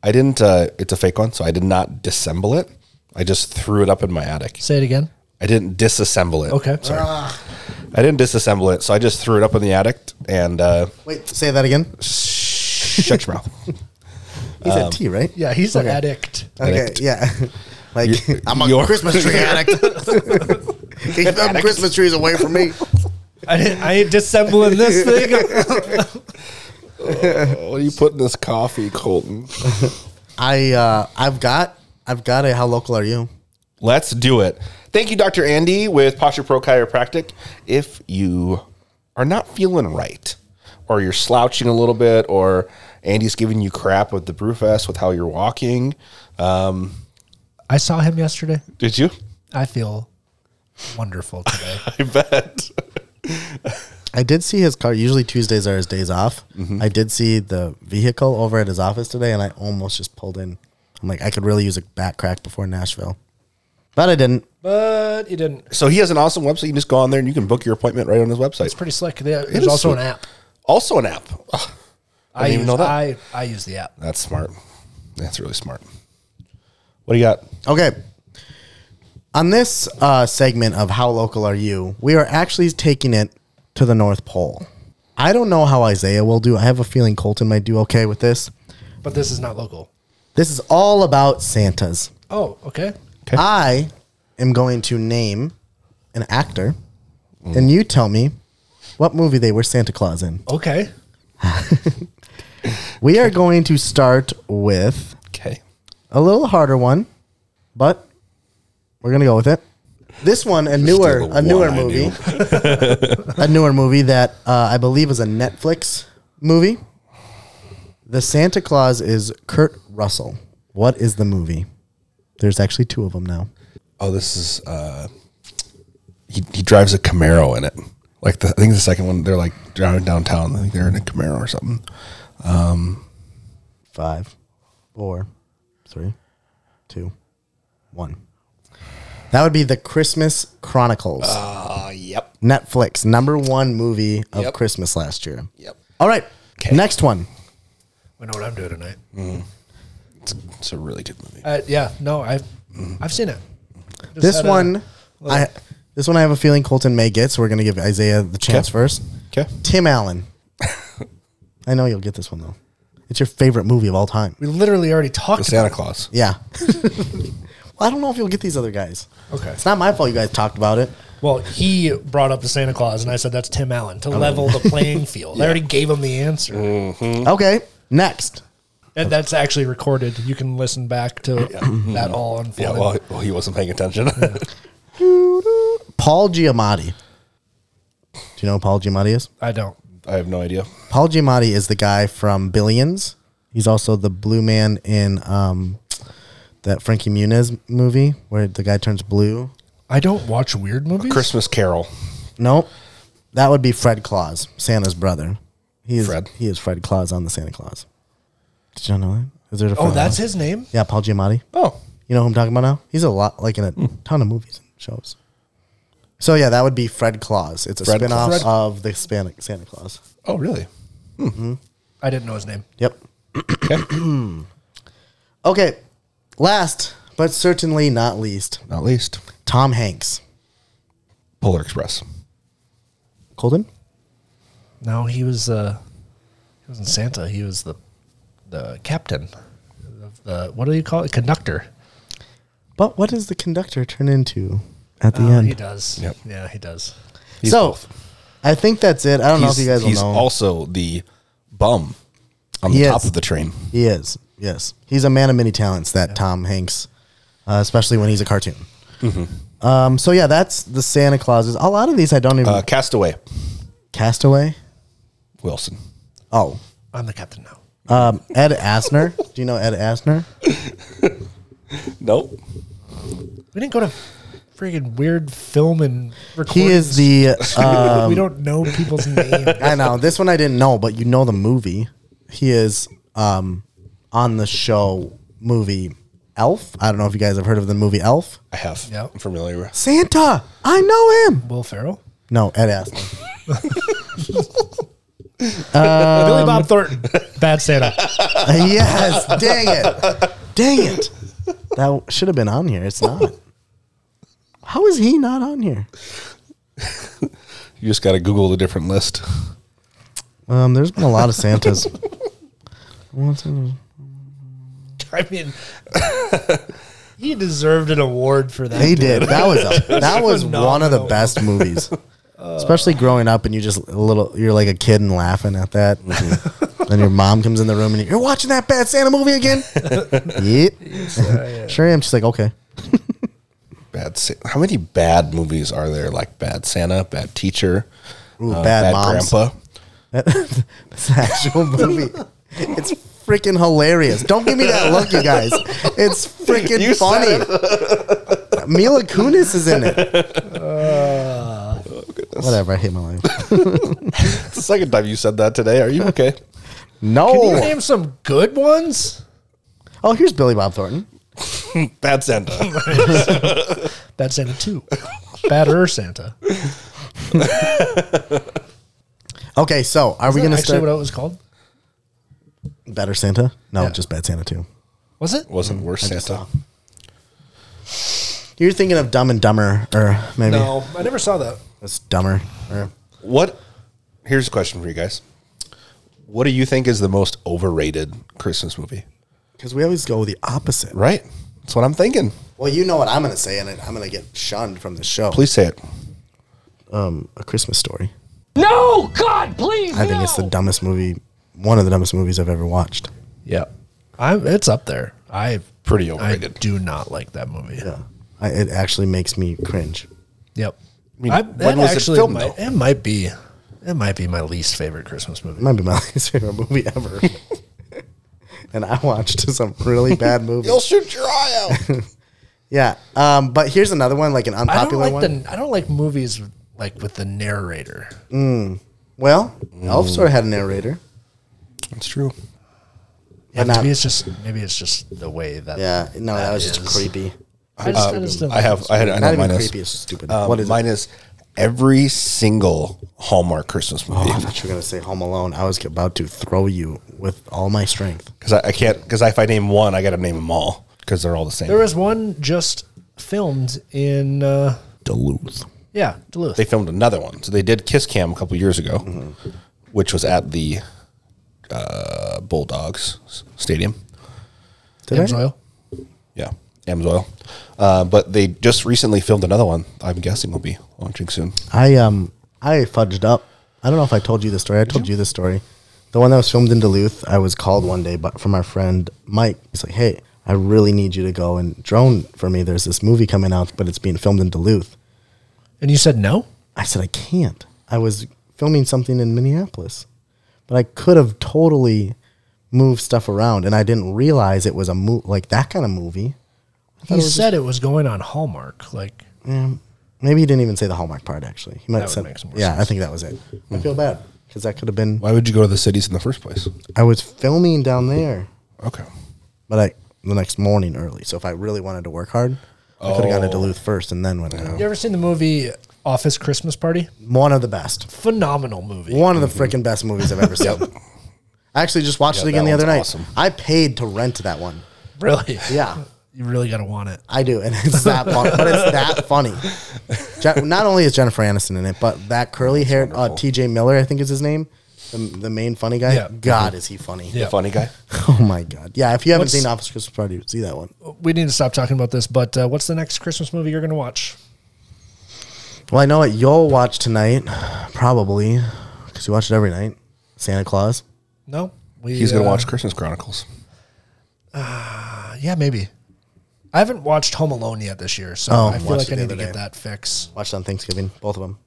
S2: I didn't, uh, it's a fake one, so I did not disassemble it. I just threw it up in my attic.
S6: Say it again.
S2: I didn't disassemble it.
S6: Okay.
S2: Sorry. I didn't disassemble it, so I just threw it up in the attic and uh,
S4: Wait, say that again.
S2: shut your mouth.
S4: (laughs)
S2: Um,
S4: He's a T, right?
S6: Yeah, he's an addict.
S4: Okay.
S2: addict.
S4: Yeah. (laughs) like (laughs) I'm a
S2: you're-
S4: Christmas tree addict. (laughs) Keep them Christmas trees away from me.
S6: I, didn't, I ain't dissembling this thing.
S2: What do you put in this coffee, Colton?
S4: I uh, I've got I've got a how local are you?
S2: Let's do it. Thank you, Dr. Andy with Posture Pro Chiropractic. If you are not feeling right, or you're slouching a little bit, or Andy's giving you crap with the Brewfest with how you're walking, um,
S6: I saw him yesterday.
S2: did you? (laughs)
S6: I feel wonderful today.
S2: I bet.
S4: I did see his car. Usually Tuesdays are his days off. I did see the vehicle over at his office today, and I almost just pulled in. I'm like, I could really use a back crack before Nashville, but I didn't.
S6: but you didn't.
S2: So he has an awesome website. You can just go on there and you can book your appointment right on his website.
S6: It's pretty slick. There-
S2: is
S6: There's also
S2: slick.
S6: an app.
S2: Also, an app. Ugh,
S6: I,
S2: didn't
S6: use,
S2: even know that.
S6: I, I use the app.
S2: that's smart. That's really smart. What do you got?
S4: Okay. On this uh, segment of How Local Are You, we are actually taking it to the North Pole. I don't know how Isaiah will do. I have a feeling Colton might do okay with this.
S6: But this is not local.
S4: This is all about Santas.
S6: Oh, okay.
S4: I am going to name an actor, and you tell me what movie they were Santa Claus in.
S6: Okay.
S4: We are going to start with
S2: Okay.
S4: a little harder one, but we're gonna go with it. This one, a newer,
S2: the
S4: a newer
S2: one I
S4: movie, (laughs) a newer movie that uh, I believe is a Netflix movie. The Santa Claus is Kurt Russell. What is the movie? There's actually two of them now.
S2: Oh, this is uh he, he drives a Camaro in it. Like the I think the second one they're like driving downtown. I think they're in a Camaro or something.
S4: Five, four, three, two, one. That would be the Christmas Chronicles.
S2: Uh yep.
S4: Netflix number one movie of
S2: Yep.
S4: Christmas last year.
S2: Yep.
S4: All right. Next one.
S6: I know what I'm doing tonight.
S2: It's, it's a really good movie.
S6: Uh, yeah, no, I've I've seen it. Just
S4: This
S6: had a-
S4: one, I this one I have a feeling Colton may get, so we're gonna give Isaiah the chance
S2: Okay.
S4: first.
S2: Okay.
S4: Tim Allen. I know you'll get this one though. It's your favorite movie of all time.
S6: we literally already talked
S2: The
S6: about.
S2: Santa Claus.
S4: Yeah. (laughs) well, I don't know if you'll get these other guys.
S6: Okay.
S4: It's not my fault you guys talked about it.
S6: Well, he brought up the Santa Claus, and I said that's Tim Allen
S2: Oh.
S6: to level
S2: (laughs)
S6: the playing field. I already gave him the answer,
S2: Mm. Hmm.
S4: Okay. Next.
S6: and that's actually recorded. You can listen back to (clears throat) that all unfolded.
S2: Yeah, well, well he wasn't paying attention.
S4: Paul Giamatti. Do you know who Paul Giamatti is?
S6: I don't.
S2: (laughs) I have no idea.
S4: Paul Giamatti is the guy from Billions. He's also the blue man in um, that Frankie Muniz movie where the guy turns blue.
S6: I don't watch weird movies.
S2: Christmas Carol.
S4: Nope. That would be Fred Claus, Santa's brother. He is
S2: Fred.
S4: He is Fred Claus on the Santa Claus. Did you not know that? Is there a
S6: oh,
S4: Fred Claus?
S6: that's his name.
S4: Yeah, Paul Giamatti.
S2: Oh.
S4: You know who I'm talking about now? He's a lot like in
S2: Hmm.
S4: a ton of movies and shows. So yeah, that would be Fred Claus. It's a
S2: Fred
S4: spin off
S2: Claus.
S4: of the Hispanic Santa Claus.
S2: Oh really?
S6: I didn't know his name.
S4: Yep. (clears throat) okay. Last, but certainly not least,
S2: Not least.
S4: Tom Hanks.
S2: Polar Express.
S4: Colton?
S6: No, he was. Uh, he wasn't Santa. He was the the captain. Of the, what do you call it? Conductor.
S4: But what does the conductor turn into at the
S6: Oh,
S4: end?
S6: He does.
S2: Yep.
S6: Yeah, he does.
S2: He's
S4: so
S2: both.
S4: I think that's it. I don't know if
S2: he's
S4: you guys will
S2: he's
S4: know.
S2: also the bum on
S4: He
S2: the top
S4: is.
S2: of the train.
S4: he is. Yes. He's a man of many talents, that Tom Hanks, uh, especially when he's a cartoon. Um, so yeah, that's the Santa Clauses. A lot of these I don't even
S2: Mm-hmm. Uh, Castaway,
S4: Castaway.
S2: Wilson.
S4: Oh,
S6: I'm the captain now.
S4: um, Ed Asner. Do you know Ed
S2: (laughs)
S4: Asner?
S2: Nope.
S6: We didn't go to freaking weird film and recording.
S4: He is the. Uh,
S2: Um,
S6: we don't know
S2: (laughs)
S6: people's names.
S4: I know this one I didn't know, but you know the movie. He is um, on the show movie Elf. I don't know if you guys have heard of the movie Elf.
S2: I have.
S6: Yep.
S2: I'm familiar with.
S4: Santa, I know him.
S6: Will Ferrell,
S4: No, Ed Asner.
S2: Um,
S6: Billy Bob Thornton, Bad
S2: (laughs)
S6: Santa.
S4: (laughs) yes, dang it, dang it. That should have been on here. It's not. How is he not on here?
S2: You just got to Google the different list.
S4: Um, there's been a lot of Santas.
S6: I mean, he deserved an award for that.
S4: They did. That was a, that was one of the
S6: Phenomenal.
S4: best movies. Especially growing up, and you just a little, you're like a kid and laughing at that. then your mom comes in the room and you're, you're watching that bad Santa movie again. yep, sure am. She's like, okay,
S2: Bad. Sa- How many bad movies are there? Like Bad Santa, Bad Teacher,
S4: Ooh,
S2: uh,
S4: bad, moms.
S2: Grandpa. (laughs)
S4: It's an (laughs) actual movie. it's freaking hilarious. Don't give me that look, you guys. It's freaking
S2: You
S4: funny.
S2: said
S4: Mila Kunis is in it. Whatever. I hate my life.
S2: It's the second time you said that today. Are you okay?
S6: Can you
S2: Oh.
S4: No.
S6: name some good ones?
S4: Oh, here's Billy Bob Thornton.
S2: bad Santa.
S6: (laughs) Bad Santa two, Badder Santa. Is
S4: Okay, so are we
S6: that
S4: gonna
S6: actually
S4: start
S6: what it was called?
S4: Better Santa? No,
S6: Yeah.
S4: just Bad Santa too.
S6: Was it?
S2: (laughs) Wasn't worse Santa.
S4: You're thinking of Dumb and Dumber, or maybe
S6: No, I never saw that.
S4: it's Dumber. Or
S2: What? Here's a question for you guys. What do you think is the most overrated Christmas movie?
S4: because we always go the opposite.
S2: Right. That's what I'm thinking.
S4: Well, you know what I'm gonna say, and I'm gonna get shunned from the show.
S2: Please say it.
S4: a Christmas story.
S8: No, God, please.
S4: I think it's the dumbest movie, one of the dumbest movies I've ever watched.
S6: Yeah, I'm. It's up there. I
S2: Pretty
S6: I
S2: overrated.
S6: do not like that movie. Yeah.
S4: I, it actually makes me cringe.
S6: Yep. I
S2: mean,
S6: that
S2: when was it
S6: actually
S2: filmed,
S6: might-
S2: though?
S6: It might be. It might be my least favorite Christmas movie.
S4: It might be my (laughs) least favorite movie ever. (laughs) and I watched some really
S2: (laughs)
S4: bad movies.
S2: shoot your eye out.
S4: (laughs) Yeah, um, but here's another one, like an
S6: I don't
S4: unpopular
S6: like
S4: one.
S6: the. I don't like movies with- like with the narrator.
S4: well, Elf sort of had a narrator.
S2: That's true.
S6: Yeah,
S4: not-
S6: maybe it's just maybe it's just the way that. Um,
S4: Yeah, no, that, was just
S6: is-
S4: creepy.
S6: I, just, I, just don't
S2: I have. I had. I
S4: Not
S2: know
S4: even
S2: mine is.
S4: creepy, it's just stupid.
S2: Um,
S4: what is
S2: mine
S4: it?
S2: is every single Hallmark Christmas movie
S4: I thought you were gonna say Home Alone. I was about to throw you with all my strength.
S2: because I, I can't because if I name one, I got to name them all because they're all the same.
S6: There was one just filmed in. Uh,
S4: Duluth.
S6: yeah, Duluth.
S2: they filmed another one, so they did Kiss Cam a couple years ago, which was at the uh, Bulldogs s- Stadium.
S4: Did I?
S6: Pennzoil.
S2: Yeah, Amsoil. Uh, but they just recently filmed another one. I'm guessing will be launching soon.
S4: I um I fudged up. I don't know if I told you this story. I told you this story. The one that was filmed in Duluth, I was called one day but from our friend Mike. He's like, Hey, I really need you to go and drone for me. There's this movie coming out, but it's being filmed in Duluth.
S6: And you said no.
S4: I said, I can't. I was filming something in Minneapolis, but I could have totally moved stuff around, and I didn't realize it was a mo- like that kind of movie.
S6: He said it was going on Hallmark. Like
S4: Maybe he didn't even say the Hallmark part. Actually, he might
S6: That
S4: have
S6: would
S4: said,
S6: make some more
S4: "Yeah, I
S6: sense.
S4: think that was it." I feel bad because that could have been.
S2: Why would you go to the cities in the first place?
S4: I was filming down there,
S2: Okay.
S4: but I the next morning early. So if I really wanted to work hard, I could have gone to
S2: Oh.
S4: Duluth first and then went. down.
S6: you ever seen the movie Office Christmas Party?
S4: One of the best,
S6: Phenomenal movie.
S4: one of the freaking best movies I've ever seen. I actually just watched
S2: Yeah,
S4: it again
S2: that
S4: the other
S2: one's
S4: night.
S2: awesome.
S4: I paid to rent that one.
S6: Really?
S4: Yeah.
S6: You really gotta want it.
S4: I do, and it's that fun, but it's that funny. Je- not only is Jennifer Aniston in it, but that curly haired uh, T.J. Miller, I think is his name, the, the main funny guy.
S6: Yeah.
S4: God, is he funny?
S6: Yeah.
S2: Funny guy.
S4: (laughs) Oh my God. Yeah. If you haven't
S6: What's-
S4: seen Office Christmas Party, see that one.
S6: We need to stop talking about this. But uh, what's the next Christmas movie you're gonna watch?
S4: Well, I know what you'll watch tonight, probably, because you watch it every night. Santa Claus.
S6: No. We,
S2: He's gonna
S6: uh,
S2: watch Christmas Chronicles.
S6: Yeah, maybe. I haven't watched Home Alone yet this year, so
S4: Oh,
S6: I feel
S4: watched
S6: like
S4: it the
S6: I need to
S4: other
S6: get
S4: day.
S6: that fix.
S4: Watched on Thanksgiving, both of them.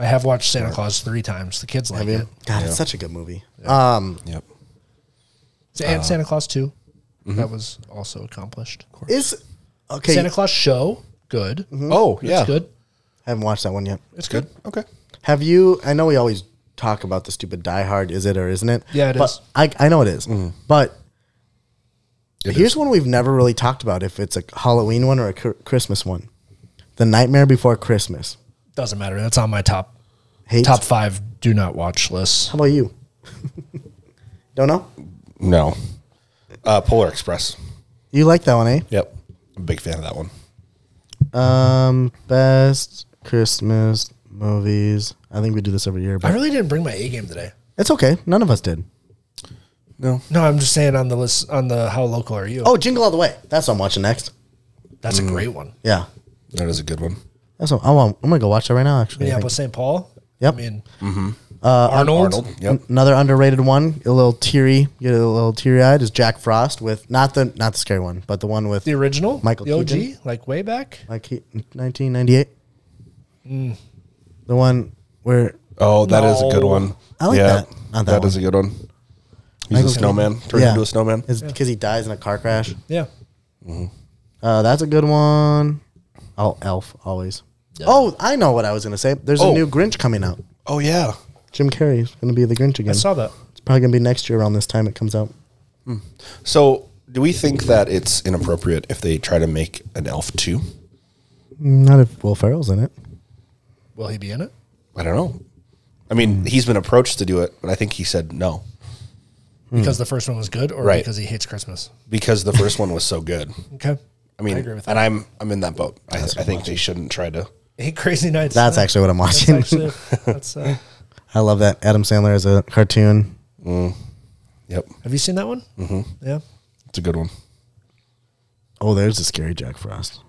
S6: I have watched Santa Claus three times. The kids like
S4: Have you?
S6: it.
S4: God, it's such a good movie. Um,
S2: Yep.
S6: Sa-
S4: Oh.
S6: And Santa Claus 2 that was also accomplished.
S4: is Mm-hmm. okay. Mm-hmm.
S6: Santa Claus show good.
S2: Oh,
S6: It's
S2: yeah.
S6: good.
S4: I haven't watched that one yet.
S6: It's good.
S2: Okay.
S4: Have you? I know we always talk about the stupid Die Hard. Is it or isn't it?
S6: Yeah, it
S4: it is. but
S6: is.
S4: I I know it is. But here's one we've never really talked about. If it's a Halloween one or a cr- Christmas one, The Nightmare Before Christmas.
S6: Doesn't matter. That's on my top
S4: Hates.
S6: top five do not watch list.
S4: How about you? (laughs) Don't know.
S2: No. Uh, Polar Express.
S4: You like that one, eh?
S2: Yep. I'm a big fan of that one.
S4: Um, best Christmas movies. I think we do this every year,
S6: I
S4: but
S6: really didn't bring my A game today.
S4: it's okay. None of us did.
S6: No, I'm just saying on the list on the how local are you?
S4: Oh, Mm. Jingle All the Way. That's what I'm watching next.
S6: that's a great one.
S4: Yeah,
S2: That is a good one.
S4: that's what I want. I'm gonna go watch that right now. Actually, I think.
S6: Minneapolis St. Paul.
S4: Yep. Uh,
S6: I mean Arnold.
S2: Yep.
S4: another underrated one. A little teary, get a little teary eyed. Is Jack Frost with not the not the scary one, but the one with
S6: The original.
S4: Michael
S6: the OG,
S4: Keaton.
S6: like way back.
S4: like he- 1998. The one where
S2: Oh, that is a good
S6: No.
S2: one.
S4: I like that. Not that
S2: that is
S4: one.
S2: a good one. He's
S4: Michael
S2: a snowman. Turns
S4: yeah,
S2: into a snowman.
S4: because he dies in a car crash.
S6: Yeah.
S4: Uh, that's a good one. Oh, Elf always. Oh, I know what I was gonna say. There's
S2: Oh.
S4: a new Grinch coming out.
S2: Oh yeah.
S4: Jim Carrey's gonna be the Grinch again.
S6: I saw that.
S4: It's probably gonna be next year around this time it comes out.
S2: So, do we think that it's inappropriate if they try to make an elf too?
S4: Not if Will Ferrell's in it.
S6: Will he be in it?
S2: I don't know. I mean, he's been approached to do it, but I think he said no
S4: Hmm.
S6: Because the first one was good or
S2: Right.
S6: because he hates Christmas.
S2: because the first one was so good.
S6: Okay.
S2: I mean,
S6: agree with
S2: and I'm I'm in that boat. I, I think they shouldn't try to.
S6: Eight crazy nights.
S4: That's
S6: Yeah.
S4: actually what I'm
S6: That's
S4: watching. (laughs)
S6: actually that's uh,
S4: I love that Adam Sandler as a cartoon.
S2: Yep,
S6: have you seen that one? Mm-hmm. Yeah.
S2: it's a good one.
S4: Oh, there's a scary Jack Frost.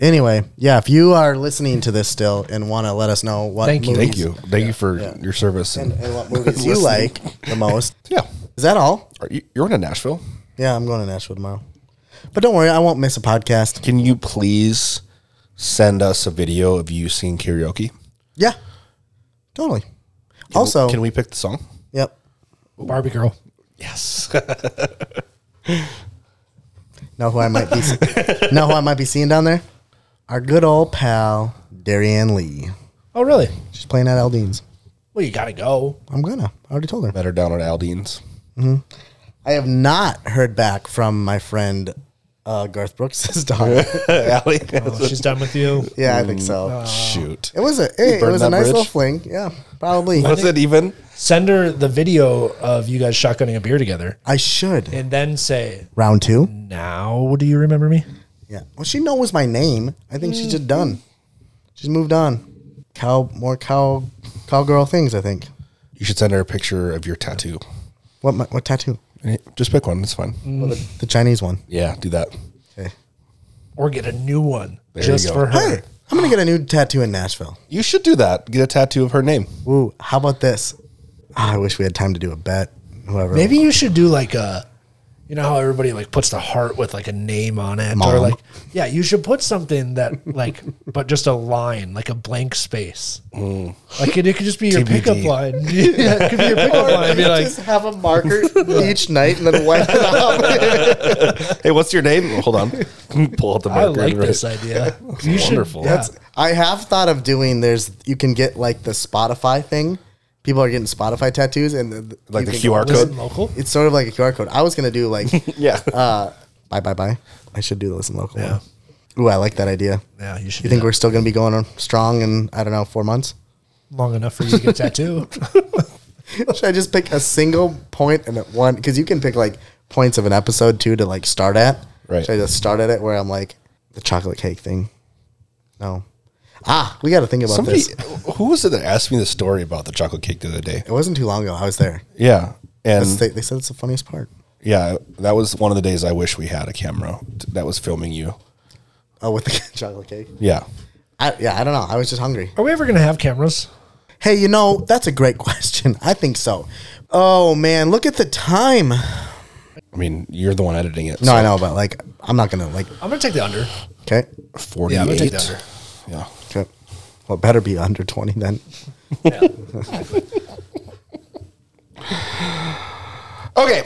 S4: Anyway, yeah, if you are listening to this still and want to let us know what
S6: Thank you.
S4: movies
S2: Thank you, thank you for your service. And,
S4: and what
S6: (laughs)
S4: movies you like the most,
S2: yeah,
S4: is that all?
S2: Are you, you're in Nashville.
S4: Yeah, I'm going to Nashville tomorrow, but don't worry, I won't miss a podcast.
S2: Can you please send us a video of you singing karaoke?
S4: Yeah, totally. also,
S2: Can we pick the song?
S4: Yep.
S6: Barbie girl.
S2: Yes.
S4: Know who I might be?
S2: (laughs)
S4: know who I might be seeing down there? Our good old pal Darianne Lee.
S6: Oh really?
S4: She's playing at Aldean's.
S6: Well, you gotta go.
S4: I'm gonna. I already told her.
S2: Better down at (laughs) Aldine's.
S4: I have not heard back from my friend uh, Garth Brooks' (laughs) daughter.
S2: Allie.
S6: Oh, She's done with (laughs) you.
S4: yeah, I think so.
S2: Shoot.
S4: It was a hey, it
S2: burned
S4: was a
S2: Mm. that
S4: nice
S2: bridge?
S4: little fling. Yeah, probably.
S2: Was it even?
S6: Send her the video of you guys shotgunning a beer together,
S4: I should.
S6: and then say,
S4: Round
S2: Mm.
S4: two.
S6: "Now, do you remember me?"
S4: Yeah. Well, she knows my name. I think she's just
S2: Mm.
S4: done. She's moved on. Cow, more cow, cowgirl things. I think.
S2: You should send her a picture of your tattoo.
S4: What my, what tattoo?
S2: Just pick one. It's fine.
S4: Well, the, the Chinese one.
S2: Yeah, do that.
S4: Okay.
S6: Or get a new one
S2: There you
S6: just
S2: go.
S6: for her.
S4: Hey, I'm gonna get a new tattoo in Nashville.
S2: You should do that. Get a tattoo of her name.
S4: Ooh, how about this? Ah, I wish we had time to do a bet. Whoever.
S6: Maybe you should do like a, you know how everybody like puts the heart with like a name on it, or
S4: Mom.
S6: like yeah, you should put something that like, but just a line, like a blank space. Like it, it could just be your pickup
S2: TBD.
S6: line. (laughs) yeah, it could be your pickup line. It'd be like,
S4: just have a marker each night and then wipe it
S1: (laughs)
S4: out.
S2: (laughs) Hey, what's your name? Well, (laughs) hold on. Pull out the
S6: I
S2: marker.
S6: like
S2: and write-
S6: this idea. You should-
S2: wonderful.
S6: yeah.
S2: That's-
S4: (laughs) I have thought of doing. There's you can get like the Spotify thing. People are getting Spotify tattoos and the, the-
S2: Like
S4: you
S2: the
S4: can go-
S2: QR
S6: Listen
S2: code. Uh,
S6: local.
S4: It's sort of like a QR code. I was gonna do
S6: (laughs)
S4: like
S2: (laughs)
S4: uh,
S2: Yeah.
S4: bye bye bye. I should do the listen local.
S6: Yeah.
S4: One. Ooh, I like that idea.
S6: Yeah, you should.
S4: You think
S6: do
S4: we're still gonna be going on strong in I don't know four months?
S6: that. long enough for you to get a tattoo?
S4: (laughs) Should I just pick a single point and at one? Because you can pick like points of an episode too to like start at.
S2: Right.
S4: Should I just start at it where I'm like the chocolate cake thing? No. Ah, we got to think about
S2: Somebody,
S4: this.
S2: who was it that asked me the story about the chocolate cake the other day?
S4: It wasn't too long ago. I was there.
S2: Yeah. And
S4: That's- They, they said it's the funniest part.
S2: yeah, that was one of the days I wish we had a camera that was filming you.
S4: Oh, with the (laughs) chocolate cake.
S2: Yeah.
S4: I, yeah, I don't know. I was just hungry.
S6: (laughs) Are we ever gonna have cameras?
S4: Hey, you know (laughs) that's a great question. I think so. Oh man, look at the time.
S2: I mean, you're the one editing it.
S4: No, I know, but like, I'm not gonna like.
S6: I'm gonna take the under.
S4: Okay.
S2: Forty-eight.
S6: Yeah, I'm gonna take the under.
S2: Yeah.
S4: okay. Well, it better be under 20 then.
S2: Okay.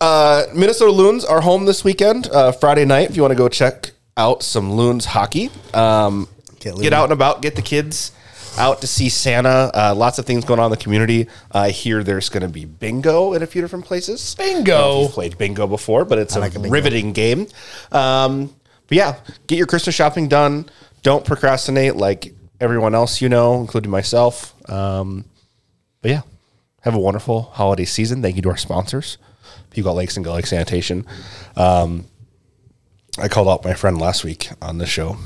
S2: Uh, Minnesota Loons are home this weekend, uh, Friday night. If you want to go check out some Loons hockey, um,
S4: Get
S2: get,
S4: loony.
S2: out and about, get the kids out to see Santa. Uh, lots of things going on in the community. Uh, I hear there's going to be bingo at a few different places.
S6: Bingo.
S2: I've played bingo before, but it's a
S4: like a bingo.
S2: riveting game. Um, but yeah, get your Christmas shopping done. Don't procrastinate like everyone else you know, including myself. Um, but yeah, have a wonderful holiday season. Thank you to our sponsors, Pequot Lakes and Gull Lake Sanitation. Um, I called out my friend last week on the show,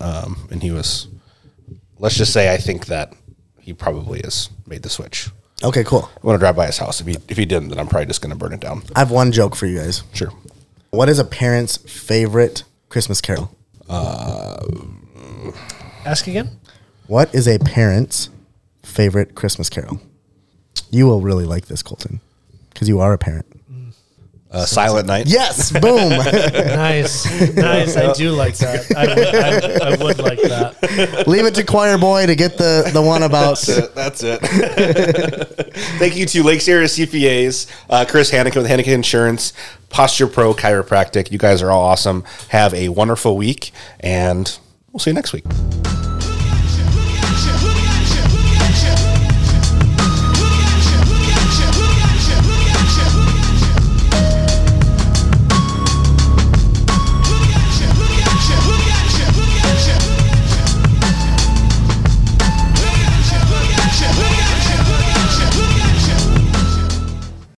S2: um, and he was, let's just say, I think that he probably has made the switch.
S4: Okay, cool.
S2: I want to drive by his house. If he, if he didn't, then I'm probably just going to burn it down.
S4: I have one joke for you guys.
S2: Sure.
S4: What is a parent's favorite Christmas carol?
S6: Ask again.
S4: What is a parent's favorite Christmas carol? You will really like this, Colton, because you are a parent.
S2: Uh, Silent Night.
S4: (laughs) Yes, boom.
S6: Nice, nice. I do like that. I would, I, I would like that.
S4: Leave it to choir boy to get the, the one (laughs) about.
S2: That's it. (laughs) Thank you to Lakes Area CPAs, uh, Chris Hannikin with Hannikin Insurance, Posture Pro Chiropractic. You guys are all awesome. Have a wonderful week, and we'll see you next week.